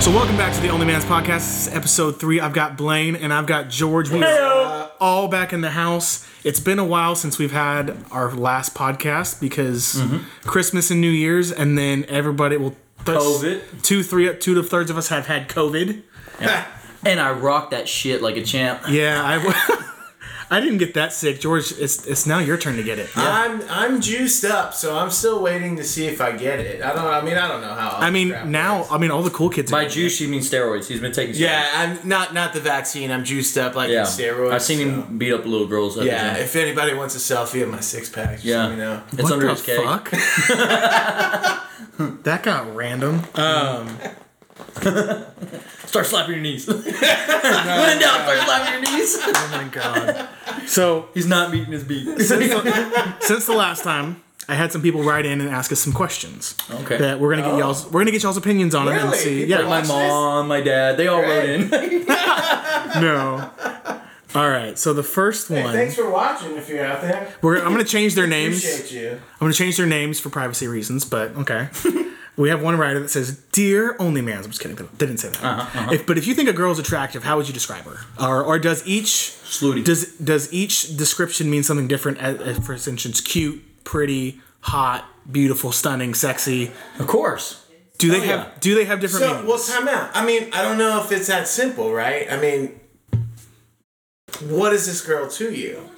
So welcome back to the Only Man's Podcast. This is episode three. I've got Blaine and I've got George. We're all back in the house. It's been a while since we've had our last podcast because Mm-hmm. Christmas and New Year's, and then everybody will. Th- COVID. Two, three, two to thirds of us have had COVID. And I rocked that shit like a champ. Yeah, I. I didn't get that sick, George. It's it's now your turn to get it. I'm I'm juiced up, so I'm still waiting to see if I get it. I don't. I mean, I don't know how. I mean, now I mean all the cool kids. By are juice, you mean steroids. He's been taking steroids. Yeah, I'm not not the vaccine. I'm juiced up like Yeah. in steroids. I've seen so- him beat up little girls. At Yeah, The gym. if anybody wants a selfie of my six pack, just Yeah. let me know. It's under his cake. fuck? that got random. Start slapping your knees. when in doubt, start slapping your knees. Oh my god. So He's not beating his beat. since the last time, I had some people write in and ask us some questions Okay. that we're gonna get y'all's we're gonna get y'all's opinions on it and Oh. Really? see. People Yeah, my Watch this. mom, my dad, they all wrote in. no. All right, so the first Hey, one, thanks for watching. If you're out there, we're, I'm gonna change their names. I'm appreciate you. gonna change their names for privacy reasons, but okay. we have one writer that says, "Dear Only Mans." I'm just kidding. They didn't say that. Uh-huh, If, but if you think a girl's attractive, how would you describe her? Or, or does each Slutty. does does each description mean something different? As, as, for instance, cute, pretty, hot, beautiful, stunning, sexy. Of course. Do they have yeah. do they have different So, meanings? well, time out. I mean, I don't know if it's that simple, right? I mean, what is this girl to you?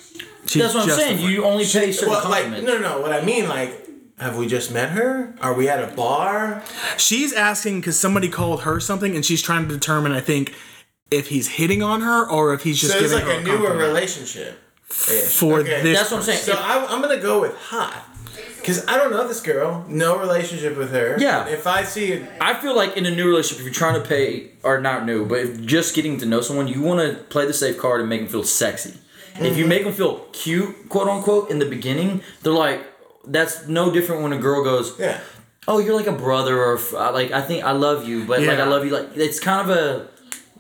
She's That's what I'm saying. justified. You only pay certain Well, like, compliments. no, no. What I mean, like, have we just met her? Are we at a bar? she's asking because somebody called her something, and she's trying to determine, I think, if he's hitting on her or if he's just So it's giving like her a a newer compliment. relationship. for Okay. this. That's what I'm saying. So I, I'm gonna go with hot, because I don't know this girl. No relationship with her. Yeah. If I see, it, I feel like in a new relationship, if you're trying to pay, or not new, but if just getting to know someone, you want to play the safe card and make them feel sexy. If you make them feel cute, quote unquote, in the beginning, they're like, that's no different when a girl goes, yeah. "Oh, you're like a brother," or f- I- like, "I think I love you," but like, Yeah. "I love you," like, it's kind of a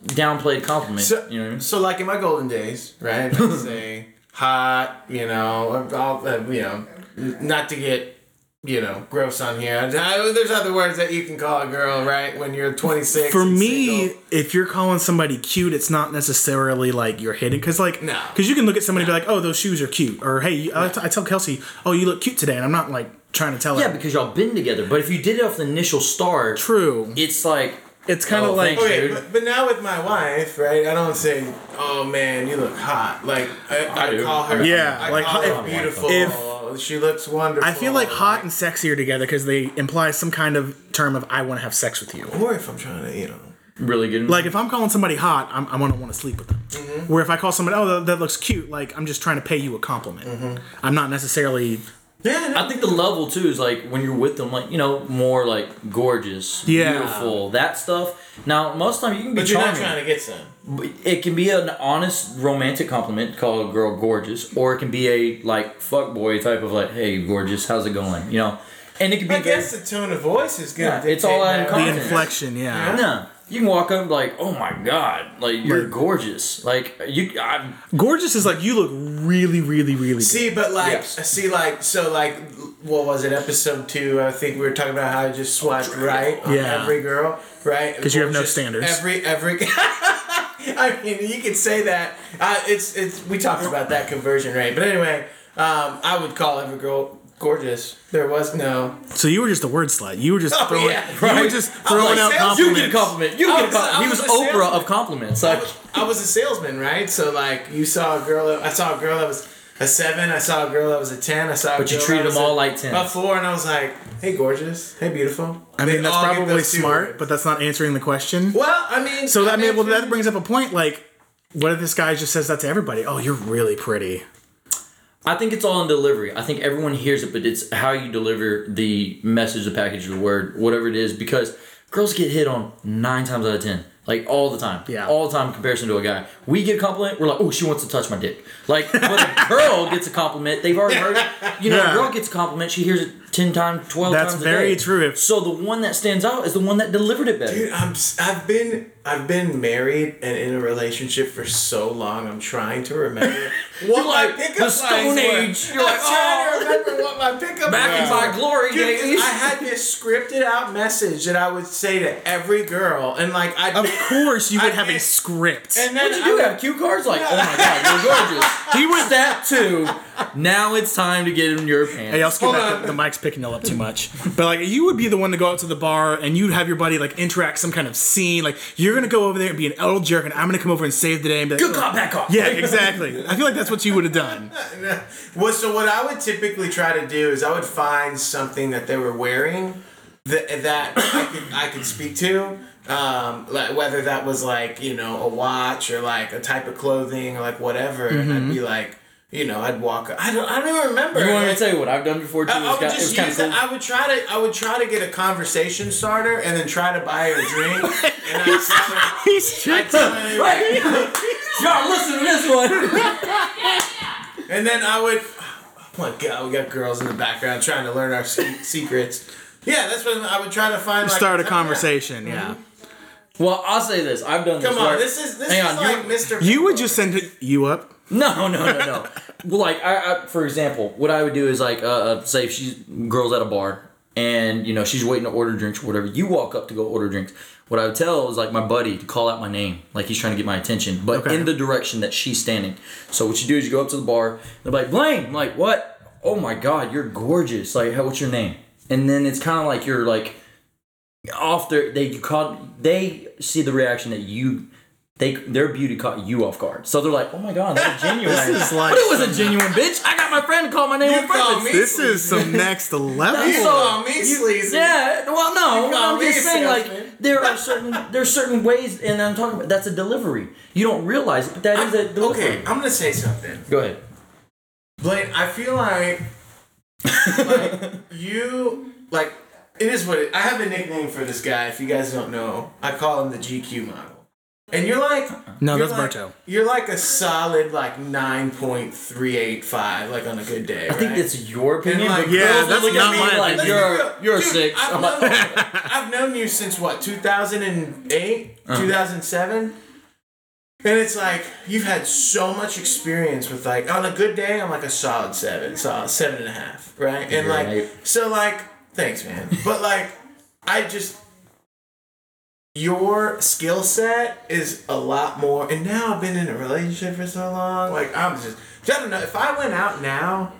downplayed compliment. So, you know what I mean? so like in my golden days, right? I'd say hot, you know, I'll, uh, you know, n- not to get, you know, gross on here. I, there's other words that you can call a girl, right? When you're 26. for and me, single. if you're calling somebody cute, it's not necessarily like you're hitting because like No. because you can look at somebody and be like, oh, those shoes are cute, or hey, you- I I tell Kelsey, oh, you look cute today, and I'm not like trying to tell Yeah, her. because y'all been together. But if you did it off the initial start, True. it's like It's kind of Oh, like thank Okay, dude. but, but now with my wife, right? I don't say, "Oh man, you look hot." Like I, I, I do. call her, Yeah, I like, call if- her beautiful. she looks wonderful. I feel like hot and sexy are together because they imply some kind of term of I want to have sex with you. Or if I'm trying to, you know. really good. Like if I'm calling somebody hot, I'm, I'm gonna want to sleep with them. Mm-hmm. Where if I call somebody, oh, that, that looks cute, like I'm just trying to pay you a compliment. Mm-hmm. I'm not necessarily. Yeah, no, I think the level too is like when you're with them, like you know, more like gorgeous, Yeah. beautiful, that stuff. Now, most of the time you can be but you're charming. not trying to get some. But It can be an honest romantic compliment, call a girl gorgeous, or it can be a like fuck boy type of like, hey, you gorgeous, how's it going? You know, and it can be I very- guess the tone of voice is good. Yeah, it's all in The confidence. inflection, yeah. yeah. You can walk up like, oh my god, like you're gorgeous, like you. I, Gorgeous is like you look really, really, really. good. See, but like, Yes. see, like, so, like, what was it? Episode two. I think we were talking about how I just Oh, swiped right on Yeah. every girl, right? 'Cause you have no Just standards. Every, every. I mean, you could say that. Uh, it's, it's. We talked about that conversion rate, but anyway, um, I would call every girl gorgeous. There was no. So you were just a word slut. You were just Oh, throwing. yeah, You were right. just I'm throwing like, out sales- you compliments. get a compliment. You get a was- I compliment. He was was a salesman. Oprah of compliments. Like, I was a salesman, right? So like, you saw a girl. that- I saw a girl that was a seven. I saw a girl that was a ten. I saw. A But you girl treated that was them all a- like 10. A four, and I was like, "Hey, gorgeous. Hey, beautiful." I mean, They that's all get probably those two smart, words. but that's not answering the question. Well, I mean, hmm. So that I mean, well, if that brings up a point. Like, what if this guy just says that to everybody? Oh, you're really pretty. I think it's all in delivery. I think everyone hears it, but it's how you deliver the message, the package, the word, whatever it is, because girls get hit on nine times out of ten. Like all the time. Yeah. All the time in comparison to a guy. We get a compliment, we're like, oh, she wants to touch my dick. Like, but a girl gets a compliment, they've already heard it. You know, Yeah. a girl gets a compliment, she hears it 10 times, 12 That's times. very a day. true. If- So the one that stands out is the one that delivered it better. Dude, I'm s- I've been I've been married and in a relationship for so long. I'm trying to remember what my like pickup the lines Stone were. Age. You're I'm like, trying "Oh." to remember what my pickup Back in lines my were. glory Dude, 'cause days. I had this scripted out message that I would say to every girl, and like I Of course, you would I- have a script. And then What you do? I Have cue cards? Like, oh my god, you're gorgeous. He was that too. Now it's time to get in your pants. Hey, y'all skip Hold back. on. The, the mic's picking y'all up too much. But like, you would be the one to go out to the bar and you'd have your buddy like interact some kind of scene. Like, you're gonna go over there and be an L jerk, and I'm gonna come over and save the day and be like, Good cop, bad cop. Yeah, exactly. I feel like that's what you would have done. Well, so what I would typically try to do is I would find something that they were wearing that that I could I could speak to. Um, like whether that was like you know a watch or like a type of clothing or like whatever, and I'd be like, you know, I'd walk. I don't. I don't even remember. Mm-hmm. You want me Like, to tell you what I've done before too? I, I It's would got- just it's kinda use. That. cool. I would try to. I would try to get a conversation starter, and then try to buy her a drink. and I He's Right. Y'all listen to this one. And then I would. Oh my god, we got girls in the background trying to learn our se- secrets. Yeah, that's what I would try to find. Like, start a conversation. Yeah, Well, I'll say this. I've done this. Come on, where- this is this Hang is on, like you- Mr. you would just send it, you up. No, no, no, no. well, like I, I, for example, what I would do is like, uh, uh, say if she's girls at a bar and you know she's waiting to order drinks or whatever, you walk up to go order drinks. What I would tell is like my buddy to call out my name, like he's trying to get my attention, but Okay. in the direction that she's standing. So what you do is you go up to the bar. They're like, Blaine. I'm like, what? Oh my God, you're gorgeous. Like, how, what's your name? And then it's kind of like you're like off their they you caught they see the reaction that you they their beauty caught you off guard. So they're like, oh my god, that's genuine. This is like but it was a genuine bitch. I got my friend to call my name You on purpose. called me- This is some next level. You call me sleazy. Yeah, well, no, You called I'm me a just saying salesman. like there are certain there's certain ways, and I'm talking about that's a delivery. You don't realize it, but that is a delivery. okay, I'm gonna say something. Go ahead. Blaine, I feel like, like you like it is what it, I have a nickname for this guy. If you guys don't know, I call him the GQ model. And you're like No, you're that's like, Berto. You're like a solid like nine point three eight five, like on a good day. I think that's your opinion. like- but Yeah, girls that's look at not me my like, opinion. You're you're Dude, six. I've I'm known, like, I've known you since what, 2008, Uh-huh. 2007? And it's like, you've had so much experience with like, on a good day, I'm like a solid seven, solid seven and a half, right? And like, Right. so like, thanks, man. But like, I just, your skill set is a lot more. And now I've been in a relationship for so long. Like, I'm just, I don't know. If I went out now,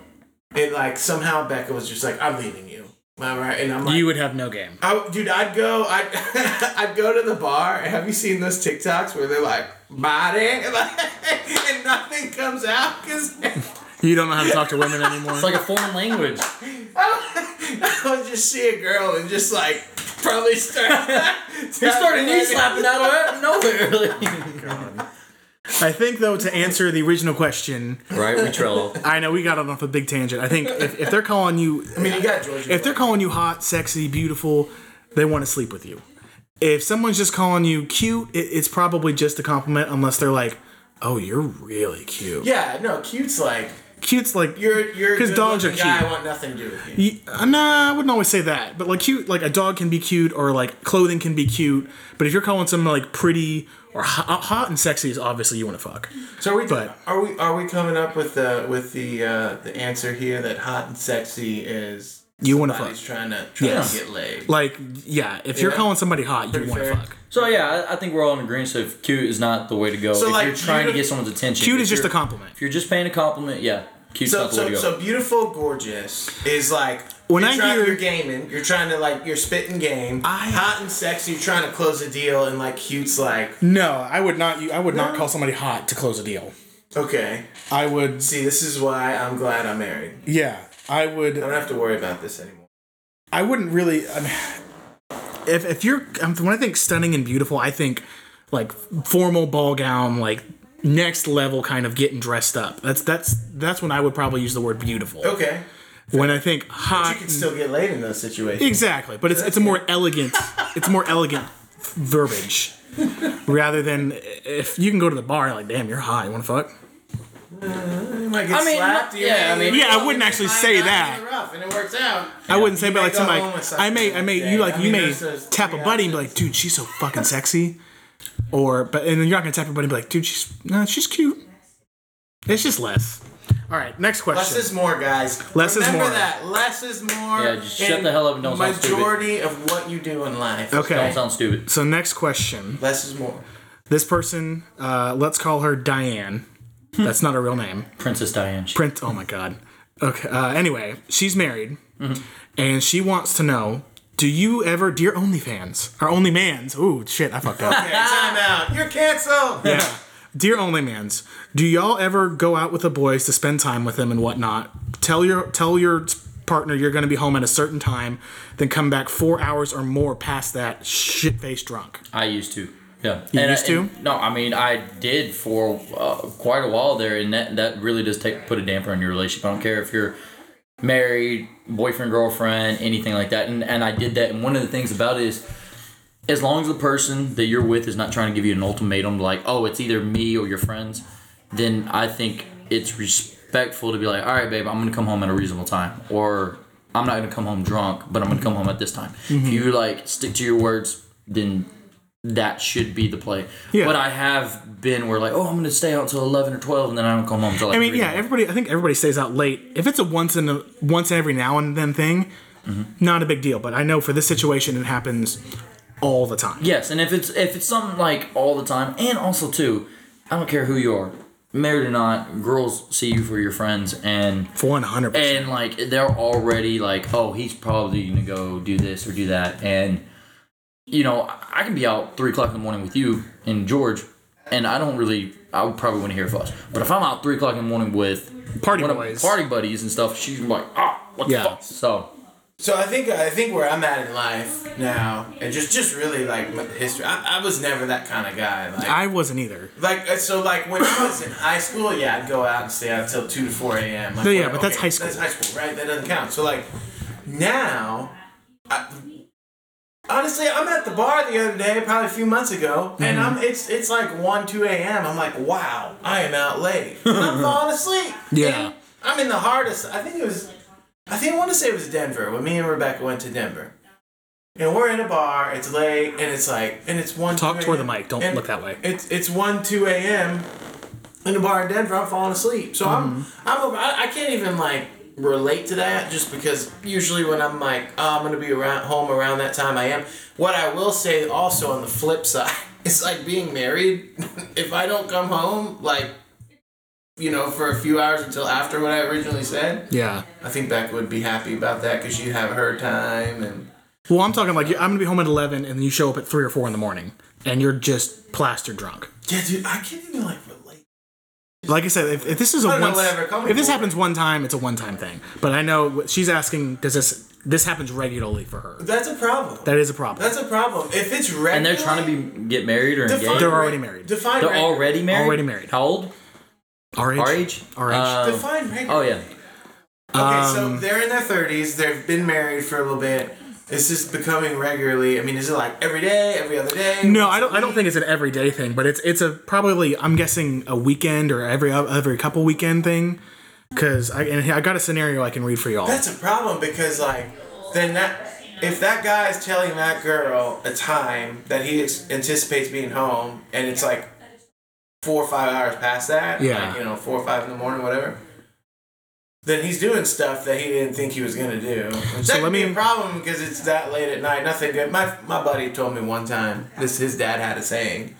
and like somehow Becca was just like, I'm leaving you. All right, and I'm like, You would have no game. I, dude, I'd go, I'd, I'd go to the bar. and Have you seen those TikToks where they're like, body, and nothing comes out? Because You don't know how to talk to women anymore. it's like a foreign language. I would just see a girl and just like, probably start. He started knee slapping out of nowhere. I think though to answer the original question, right, we Trello. I know we got off a big tangent. I think if, if they're calling you I mean, you got Georgia. if they're calling you hot, sexy, beautiful, they want to sleep with you. If someone's just calling you cute, it, it's probably just a compliment, unless they're like, "Oh, you're really cute." yeah, no, cute's like, Cute's like you're, you're, a 'Cause dogs are good-looking guy, cute. I want nothing to do with you. Y- uh, Nah, I wouldn't always say that, but like cute, like a dog can be cute, or like clothing can be cute. But if you're calling someone like pretty or hot, hot and sexy, is obviously you want to fuck. So are we, But- are we, are we coming up with the, with the, uh, the answer here that hot and sexy is You want to fuck. somebody's trying to, trying Yes. to get laid? Like, yeah, if you're Yeah. calling somebody hot, you Pretty want to fair. fuck. So yeah, I I think we're all in agreement. So if cute is not the way to go, So, if like, you're trying to cute- get someone's attention, Cute if is just a you're- compliment. If you're just paying a compliment, yeah, cute's So, not the way so, to go. so beautiful, gorgeous is like When you're I trying, hear- you're gaming, you're trying to like you're spitting game, I- hot and sexy, you're trying to close a deal, and like cute's like No, I would not. I would not call somebody hot to close a deal. okay. I would. See, this is why I'm glad I'm married. Yeah, I I would. don't have to worry about this anymore. I wouldn't really. I mean, if if you're um, when I think stunning and beautiful, I think like formal ball gown, like next level kind of getting dressed up. That's that's that's when I would probably use the word beautiful. Okay, When I think you hot, can still get laid in those situations. exactly. But it's it's a more elegant. It's more elegant verbiage. rather than if you can go to the bar and like, damn, you're high, you want to fuck? You might get I mean, slapped. not- you yeah, may- I mean- Yeah, I wouldn't actually say Nine that. in the rough, and it works out. I wouldn't say, You but may like go somebody, home with I may, I something may, that you day. like, I you mean, may there's those tap a three buddy and be like, dude, she's so fucking sexy, or but and then you're not gonna tap your buddy and be like, dude, she's no, she's cute. It's just less. All right, next Less question. is more, guys. Less is Remember more. that. Less is more. Yeah, just in shut the hell up and don't sound stupid. Majority of what you do in life. Okay. Don't sound stupid. so next question. Less is more. This person, uh, let's call her Diane. That's not her real name. Princess Diane. She- Print. Oh my god. Okay. Uh, anyway, she's married, and she wants to know: Do you ever, dear OnlyFans, or OnlyMans? Ooh, shit, I fucked up. Okay, time out. You're canceled. yeah. Dear Onlymans, do y'all ever go out with the boys to spend time with them and whatnot? Tell your tell your partner you're going to be home at a certain time, then come back four hours or more past that shit face drunk. I used to. Yeah. You And I- used to? and- no, I mean I did for uh, quite a while there, and that that really does take put a damper on your relationship. I don't care if you're married, boyfriend, girlfriend, anything like that. And and I did that. And one of the things about it is. As long as the person that you're with is not trying to give you an ultimatum, like, oh, it's either me or your friends, then I think it's respectful to be like, all right, babe, I'm gonna come home at a reasonable time, or I'm not gonna come home drunk, but I'm gonna come home at this time. Mm-hmm. If you like stick to your words, then that should be the play. Yeah. But I have been where like, oh, I'm gonna stay out till eleven or twelve, and then I don't come home till like. I mean, three. yeah, everybody. I think everybody stays out late. If it's a once in a once every now and then thing, not a big deal. But I know for this situation, it happens all the time. Yes, and if it's if it's something like all the time, and also too, I don't care who you are, married or not, girls see you for your friends and. One hundred percent. and like they're already like oh he's probably gonna go do this or do that and you know I- i can be out three o'clock in the morning with you and george and i don't really i would probably want to hear fuss but if i'm out three o'clock in the morning with Party one of- boys. party buddies and stuff she's gonna be like oh what Yeah. the fuck so So I think I think where I'm at in life now, and just just really like my history. I, I was never that kind of guy. Like I wasn't either. Like uh, so, like when I was in high school, yeah, I'd go out and stay out till two to four a.m. Like, No, yeah, what- but that's high school. That's high school, right? That doesn't count. So like now, I, honestly, I'm at the bar the other day, probably a few months ago, and Mm-hmm. I'm it's it's like one two a.m. I'm like, wow, I am out late. And I'm falling asleep. Yeah. I'm in the hardest. I think it was. I think I want to say it was Denver when me and Rebecca went to Denver. And we're in a bar. It's late, and it's like, and it's one. Talk 2 toward the a.m., mic, don't and look that way. It's it's one two a.m. in a bar in Denver. I'm falling asleep, so Mm-hmm. I'm I'm over, I, I can't even like relate to that just because usually when I'm like oh, I'm gonna be around home around that time I am. What I will say also on the flip side is like being married. if I don't come home like you know for a few hours until after what I originally said, Yeah. I think Becca would be happy about that because you have her time and. Well, I'm talking like I'm gonna be home at eleven, and then you show up at three or four in the morning, and you're just plastered drunk. Yeah, dude, I can't even like relate. Like I said, if, if this is a I don't know, once, whatever, call me if this bored. happens one time, it's a one time thing. But I know what- she's asking, does this this happens regularly for her? That's a problem. That is a problem. That's a problem. If it's regular, and they're trying to be get married or engaged They're already married. Define they're regular. already married Already married. how old Our age, our age Our age. Uh, Define regular. oh yeah Okay, Um, so they're in their thirties. They've been married for a little bit. It's just becoming regularly. I mean, is it like every day, every other day? No, once I a don't. I don't week? think it's an everyday thing, but it's it's a probably I'm guessing a weekend or every every couple weekend thing. Because I and I got a scenario I can read for y'all. that's a problem because like then that if that guy is telling that girl a time that he ex- anticipates being home and it's like four or five hours past that, like, Yeah. you know, four or five in the morning, whatever. Then he's doing stuff that he didn't think he was gonna do. Which So that let could be me- a problem because it's that late at night. Nothing good. My my buddy told me one time this his dad had a saying.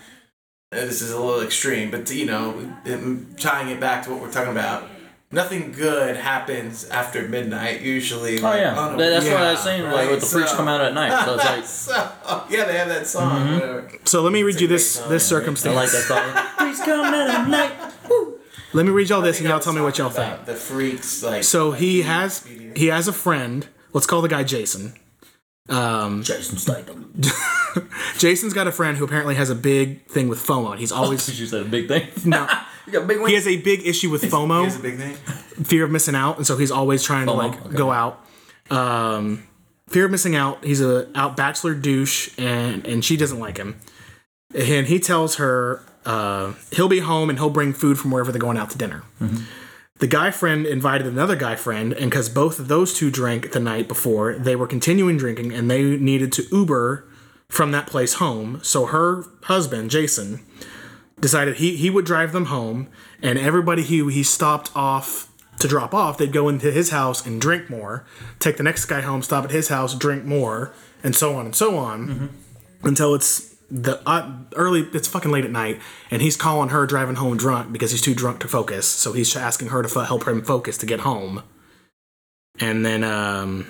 Uh, This is a little extreme, but you know, it- tying it back to what we're talking about. Nothing good happens after midnight usually. oh yeah That- that's what i was saying like with the freaks freaks come out at night so it's like so, yeah, they have that song. Mm-hmm. whatever. so let me read you a great this song, this right? I I circumstance. like that thought. Freaks come out at night. Let me read y'all this, think and I y'all was tell me what talking y'all think. about The freaks, like So he has he has a friend. Let's call the guy Jason. Jason Statham. Jason's got a friend who apparently has a big thing with FOMO. He's always She said a big thing. no. You got big He wings. has a big issue with Here's a FOMO, big thing. fear of missing out, and so he's always trying to FOMO, like okay. go out. Um, fear of missing out. He's a out bachelor douche, and and she doesn't like him. and he tells her uh, he'll be home and he'll bring food from wherever they're going out to dinner. The guy friend invited another guy friend, and because both of those two drank the night before, they were continuing drinking and they needed to Uber from that place home. So her husband, Jason, decided he, he would drive them home, and everybody he, he stopped off to drop off, they'd go into his house and drink more, take the next guy home, stop at his house, drink more, and so on and so on until it's the uh, early it's fucking late at night and he's calling her driving home drunk because he's too drunk to focus so he's asking her to f- help him focus to get home and then um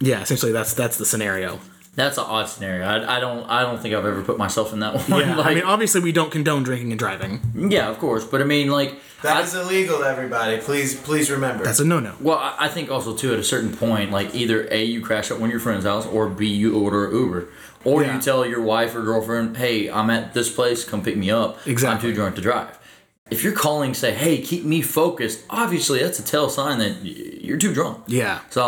yeah essentially that's that's the scenario That's an odd scenario. I, I don't I don't think I've ever put myself in that one. yeah i Like, mean obviously we don't condone drinking and driving yeah, of course. But I mean, like, I- That is illegal, everybody. Please, please remember. that's a no-no Well, I I think also too at a certain point, like either a you crash at one of your friend's house, or b you order an Uber, or Yeah. you tell your wife or girlfriend, "Hey, I'm at this place. Come pick me up. Exactly. I'm too drunk to drive." If you're calling, say, "Hey, keep me focused." Obviously, that's a tell sign that y- you're too drunk. yeah So,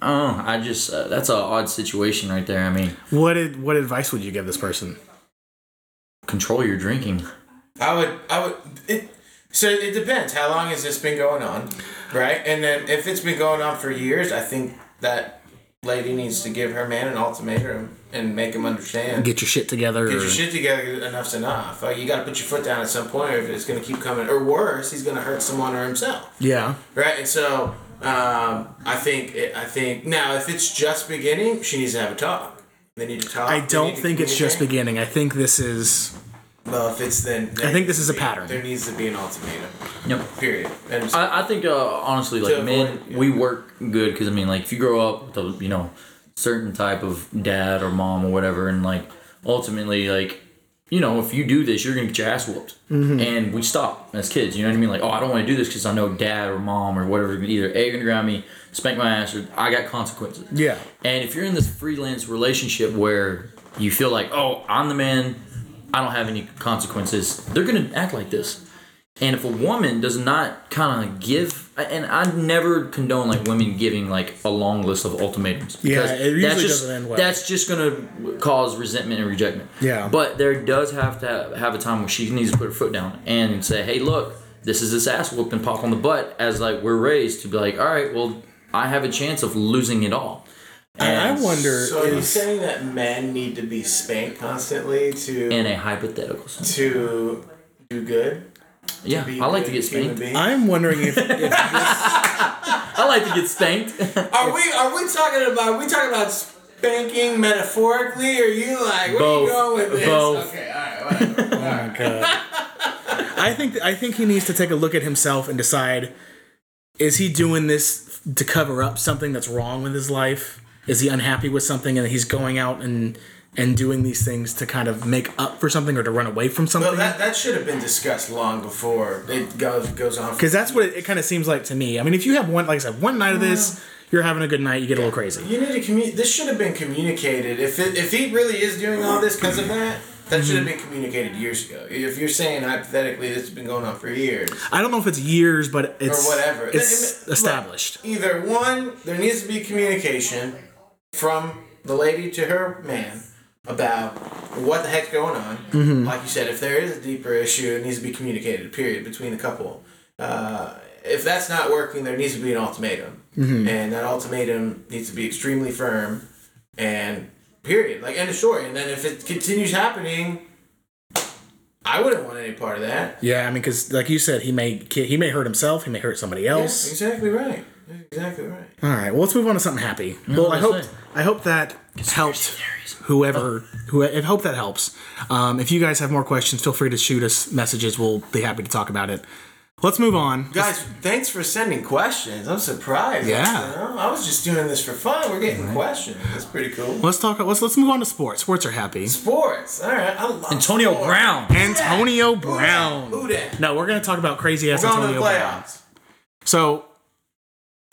oh, I just uh, that's an odd situation right there. I mean, what ad, what advice would you give this person control your drinking. I would, I would. It, so it depends. How long has this been going on, right? And then if it's been going on for years, I think that lady needs to give her man an ultimatum and make him understand. Get, get your shit together your shit together. Enough's enough. Like you got to put your foot down at some point, or if it's gonna keep coming, or worse, he's gonna hurt someone or himself. yeah right? And so um, I think I think now if it's just beginning, she needs to have a talk. They need to talk. i They don't need to think it's just communicate. beginning i think this is Well, if it's then I think this is a pattern. There needs to be an ultimatum. Yep. Period. And so- I, I think uh, honestly, like To men, avoid- yeah. we work good because I mean, like if you grow up with a you know certain type of dad or mom or whatever, and like ultimately, like you know, if you do this, you're gonna get your ass whooped, and we stop as kids. You know what I mean? Like, oh, I don't want to do this because I know dad or mom or whatever either a gonna grab me, spank my ass, or I got consequences. yeah And if you're in this freelance relationship where you feel like, oh, I'm the man, I don't have any consequences, they're gonna act like this. And if a woman does not kind of give, and I never condone like women giving like a long list of ultimatums. Yeah, because it usually that's just, doesn't end well. That's just gonna cause resentment and rejectment. Yeah. But there does have to have a time where she needs to put her foot down and say, hey, look, this is this ass whooped and pop on the butt as like we're raised to be like, all right, well, I have a chance of losing it all. and i wonder so are you is- saying that men need to be spanked constantly to in a hypothetical sense. to do good? Yeah, Be I like to good get human spanked. beings? i'm wondering if, if I like to get spanked. Are we are we talking about are we talking about spanking metaphorically? Or are you like where Both. you going with this? Both. Okay, all right, whatever. I think I think he needs to take a look at himself and decide is he doing this to cover up something that's wrong with his life? Is he unhappy with something and he's going out and and doing these things to kind of make up for something or to run away from Well, something? that, that should have been discussed long before it goes goes on. Because that's what it, it kind of seems like to me. I mean, if you have one, like I said, one night of this, you're having a good night, you get a little crazy. you need to commu- This should have been communicated. If it, if he really is doing all this because of that, that should Mm-hmm. have been communicated years ago. If you're saying hypothetically this has been going on for years I don't know if it's years, but it's or whatever, then it- It's look, established. either one, there needs to be communication from the lady to her man about what the heck's going on. Like you said, if there is a deeper issue, it needs to be communicated. Period between the couple. Uh, if that's not working, there needs to be an ultimatum, and that ultimatum needs to be extremely firm and period. Like end of story. And then if it continues happening, I wouldn't want any part of that. Yeah, I mean, because like you said, he may ki- he may hurt himself, he may hurt somebody Yeah, else. exactly right. Exactly right. All right. Well, let's move on to something happy. well, I let's hope see. I hope that helped whoever who I hope that helps. Um, if you guys have more questions, feel free to shoot us messages. We'll be happy to talk about it. Let's move on. Guys, thanks for sending questions. I'm surprised. Yeah. You know, I was just doing this for fun. We're getting questions. That's pretty cool. Let's talk. Let's let's move on to sports. Sports are happy. Sports. All right. I love Antonio sports. Brown. Antonio Who Brown. that? No, we're gonna talk about crazy ass We're going to Antonio the Brown. playoffs. So,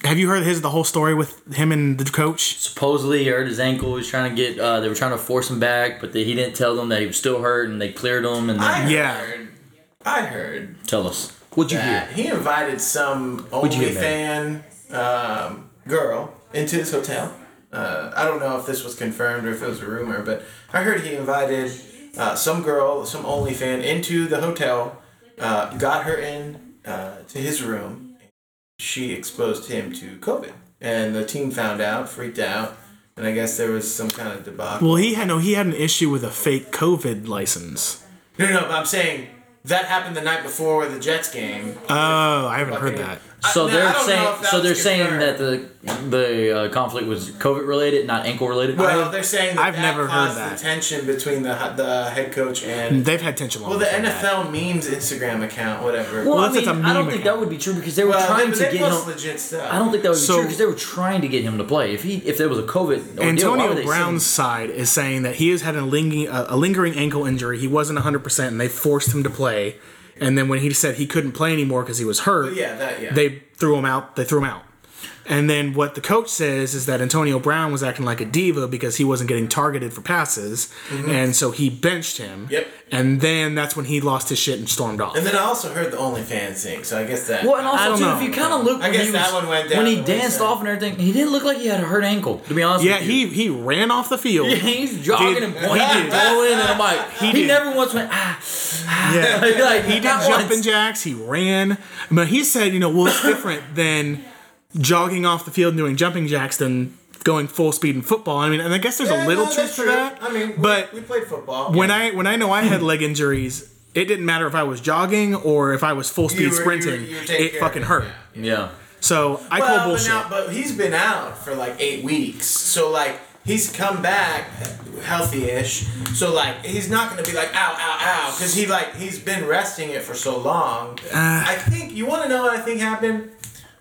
have you heard his the whole story with him and the coach? Supposedly he hurt his ankle. He was trying to get. Uh, they were trying to force him back, but they, he didn't tell them that he was still hurt, and they cleared him. And I then, heard. Yeah. I heard tell us what'd you that hear? he invited some you hear, OnlyFan um, girl into his hotel. Uh, I don't know if this was confirmed or if it was a rumor, but I heard he invited uh, some girl, some only fan, into the hotel, uh, got her in uh, to his room. She exposed him to COVID, and the team found out, freaked out, and I guess there was some kind of debacle. Well, he had no. He had an issue with a fake COVID license. No, no, no but I'm saying that happened the night before the Jets game. Oh, I haven't heard that. So I- now, I they're don't know saying if that so was they're saying that confirmed. the the uh, conflict was COVID related, not ankle related. Well, they're saying that I've that never heard caused that. the tension between the the head coach and They've had tension. long well, the before that. NFL memes Instagram account, whatever. Well, I that's- that's mean, a meme I don't think that account. would be true because they were Well, trying they- to they get him. post legit stuff. I don't think that would be So- true because they were trying to get him to play. If he if there was a COVID ordeal, why would Antonio they Brown's send side is saying that he has had a lingering, a, a lingering ankle injury. He wasn't 100%, and they forced him to play. And then when he said he couldn't play anymore because he was hurt, Yeah, that yeah. they threw him out. They threw him out. And then what the coach says is that Antonio Brown was acting like a diva because he wasn't getting targeted for passes, and so he benched him. Mm-hmm. Yep. And then that's when he lost his shit and stormed off. and then I also heard the OnlyFans thing, so I guess that. Well, and I also don't too, know. if you kind of look, I when guess he that was- one went down when he the danced wayside. off and everything. He didn't look like he had a hurt ankle. To be honest, yeah, with you. he he ran off the field. Yeah, he's jogging Did- and pointing and blowing, and I'm like, he, did. never once went ah. Yeah. like, he did jumping jacks. He ran, but he said, you know, well, it's different than jogging off the field and doing jumping jacks than going full speed in football. I mean, and I guess there's a Yeah, little no, truth that's to true. that. I mean, we- but we, played football. when I when I know I had leg injuries, it didn't matter if I was jogging or if I was full speed You were- you were- sprinting. you were taking it care fucking of it, hurt. yeah. Yeah. So I well, call but bullshit. now- but he's been out for like eight weeks, so like he's come back healthy-ish. So like he's not gonna be like ow ow ow because he like he's been resting it for so long. Uh. I think you want to know what I think happened.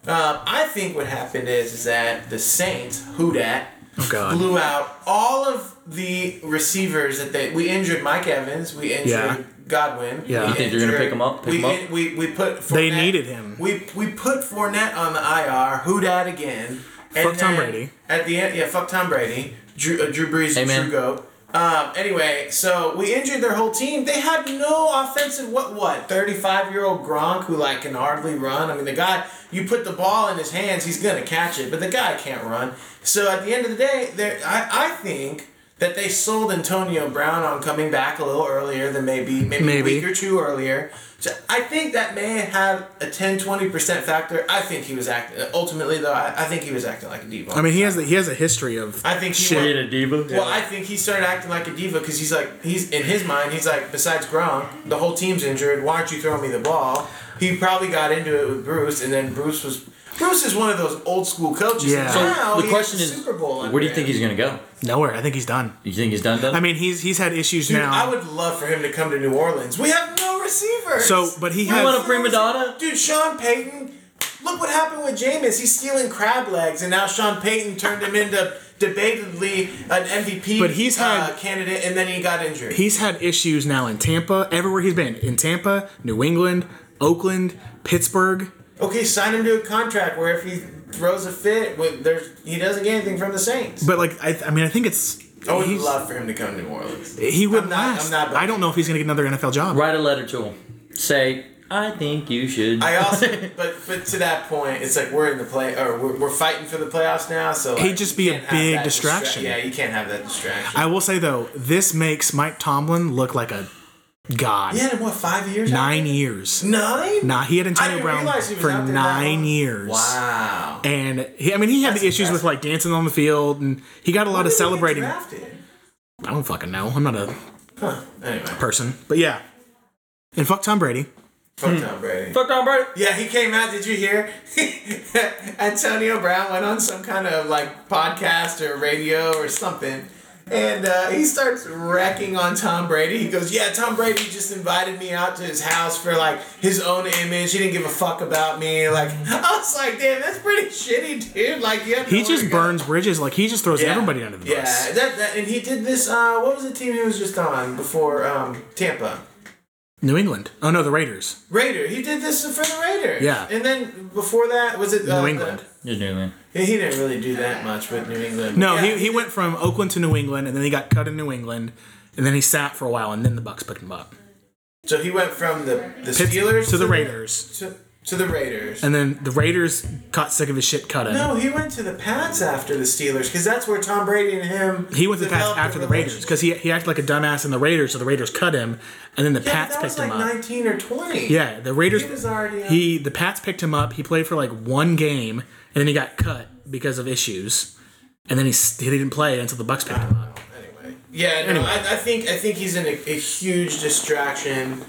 Uh, I think what happened is is that the Saints, who dat, oh god. blew out all of the receivers that they. We injured Mike Evans. We injured Yeah. Godwin. Yeah. we You think you're gonna injured- pick him up? Pick we, him up? in- we we put. Fournette, They needed him. We we put Fournette on the IR. Who dat again? Fuck Tom then Brady. At the end, yeah, fuck Tom Brady. Drew, uh, Drew Brees, and Amen. True Goat. Um, anyway, so we injured their whole team. They had no offensive. What? What? Thirty-five-year-old Gronk who like can hardly run. I mean, the guy. You put the ball in his hands, he's gonna catch it. But the guy can't run. So at the end of the day, there. I, I think that they sold Antonio Brown on coming back a little earlier than maybe maybe, Maybe. a week or two earlier. So I think that may have a 10 20% factor. I think he was acting ultimately though I, I think he was acting like a diva. I mean, he has the, he has a history of I think he shit. was- diva. well, I think he started acting like a diva because he's like he's in his mind he's like besides Gronk the whole team's injured why aren't you throwing me the ball he probably got into it with Bruce and then Bruce was Bruce is one of those old school coaches Yeah. and So now the he question has a is, Super Bowl where under do you think him. he's gonna go? nowhere. I think he's done. You think he's done? done? I mean, he's he's had issues Dude, now. I would love for him to come to New Orleans. We have no receivers. So, but he We has- have want a prima donna? Dude, Sean Payton. Look what happened with Jameis. He's stealing crab legs, and now Sean Payton turned him into debatedly an MVP. But he's had- uh, candidate, and then he got injured. He's had issues now in Tampa, everywhere he's been. In Tampa, New England, Oakland, Pittsburgh. okay, sign him to a contract where if he throws a fit, with- there's he doesn't get anything from the Saints. But like, I, I mean, I think it's. I would he's- love for him to come to New Orleans. He would I'm not- I'm last. not- I don't know if he's gonna get another NFL job. Write a letter to him. Say, I think you should. I also, but but to that point, it's like we're in the play, or we're, we're fighting for the playoffs now. So like, He'd just you be a can't have big that distra- distraction. yeah, you can't have that distraction. I will say though, this makes Mike Tomlin look like a god. He had him what five years? Nine years. Nine? Nah, he had I Antonio didn't Brown realize he was for out there that nine long. years. Wow. And he, I mean, he had That's the issues with impressive. like dancing on the field, and he got a lot of celebrating. I Drafted? don't fucking know. I'm not a Huh. Anyway, person, but yeah. And fuck Tom Brady. fuck Tom Brady. Fuck Tom Brady. Yeah, he came out. Did you hear? Antonio Brown went on some kind of like podcast or radio or something, and uh, he starts wrecking on Tom Brady. He goes, "Yeah, Tom Brady just invited me out to his house for like his own image. He didn't give a fuck about me." Like I was like, "Damn, that's pretty shitty, dude." Like you have He nowhere to just go. burns bridges. Like he just throws everybody under the bus. Yeah, that, that, and he did this. Uh, what was the team he was just on before um, Tampa? New England. Oh no, the Raiders. Raider. He did this for the Raiders. Yeah. And then before that, was it uh, New the- England. Just knew that. Yeah, he didn't really do that much with New England. No, Yeah, he, he went from Oakland to New England, and then he got cut in New England, and then he sat for a while, and then the Bucks picked him up. So he went from the the Pitts- Steelers to the Raiders. to, to the Raiders. And then the Raiders got sick of his shit cutting. No, he went to the Pats after the Steelers because that's where Tom Brady and him. He went to the Pats developed after the a Raiders because he, he acted like a dumbass in the Raiders, so the Raiders cut him, and then the Yeah, Pats that picked was him like up. 19 or 20. Yeah, the Raiders. He was already on- he- the Pats picked him up. He played for like one game, and then he got cut because of issues, and then he s- he didn't play until the Bucks picked him up. Anyway. Yeah, no, I, I think I think he's in a, a huge distraction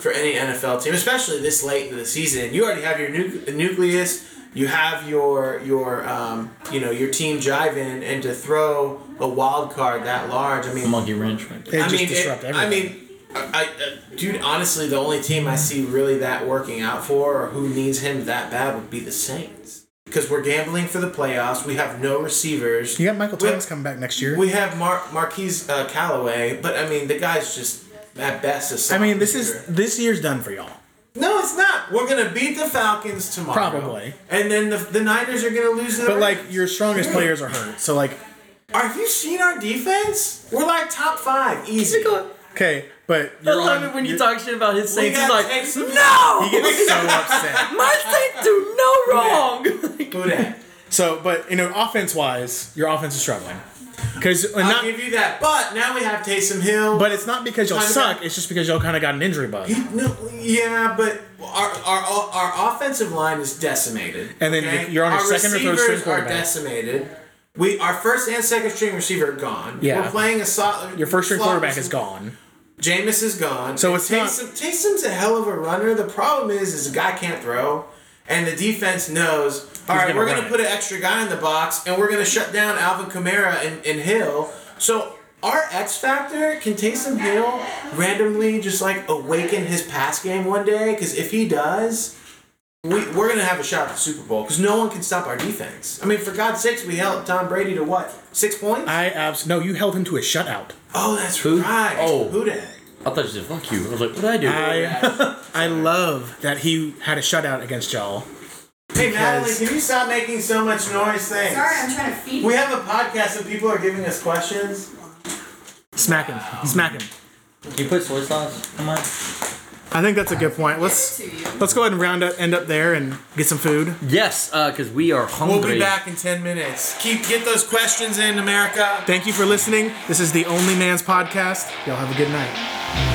for any NFL team, especially this late in the season. You already have your nu- nucleus, you have your your um, you know your team jiving, and to throw a wild card that large, I mean, Monkey wrench. Right there. They I just mean, disrupt it- everything. I mean, I, I, dude, honestly, the only team I see really that working out for, or who needs him that bad, would be the Saints. Because we're gambling for the playoffs. We have no receivers. you got Michael We- Thomas coming back next year. We have Mar- Marquise uh, Callaway, but I mean, the guy's just at best a. I slot mean, this is receiver. this year's done for y'all. no, it's not. We're gonna beat the Falcons tomorrow, Probably. and then the, the Niners are gonna lose. To the But like Rams. your strongest players are hurt, so like are you seeing our defense? We're like top five, easy. okay, but I you're love on- it when you're- you talk shit about his Saints. He's gotta like, take some- He no, gets so upset. my Saints do no wrong. Like, Who that? So, but you know, offense wise, your offense is struggling because I'll not. give you that. But now we have Taysom Hill. But it's not because y'all Kinda suck. got- It's just because y'all kind of got an injury bug. No, yeah, but our our our offensive line is decimated. And then you're on your our second or third receivers string are quarterback. decimated. We our first and second string receiver are gone. Yeah. we're playing a solid. Your first string quarterback is gone. Jameis is gone. So And it's not- Taysom, Taysom's a hell of a runner. The problem is, is the guy can't throw, and the defense knows. All right, gonna we're run going to it. put an extra guy in the box, and we're going to shut down Alvin Kamara and, and Hill. So our X factor can Taysom Hill randomly just like awaken his pass game one day? Because if he does. We, we're going to have a shot at the Super Bowl because no one can stop our defense. I mean, for God's sakes, we held Tom Brady to what? Six points? I abs. No, you held him to a shutout. oh, that's Who? right. Oh. Who did? I thought you said fuck you. I was like, what did I do? I I love that he had a shutout against y'all. Hey Because- Natalie, can you stop making so much noise? Thanks. Sorry, I'm trying to feed We you. have a podcast and people are giving us questions. Smack him. Smack him. you put soy sauce on mine? I think that's a good point. Let's to you. let's go ahead and round up, end up there, and get some food. Yes, because we are hungry. We'll be back in ten minutes. Keep get those questions in, America. Thank you for listening. This is the Only Man's Podcast. Y'all have a good night.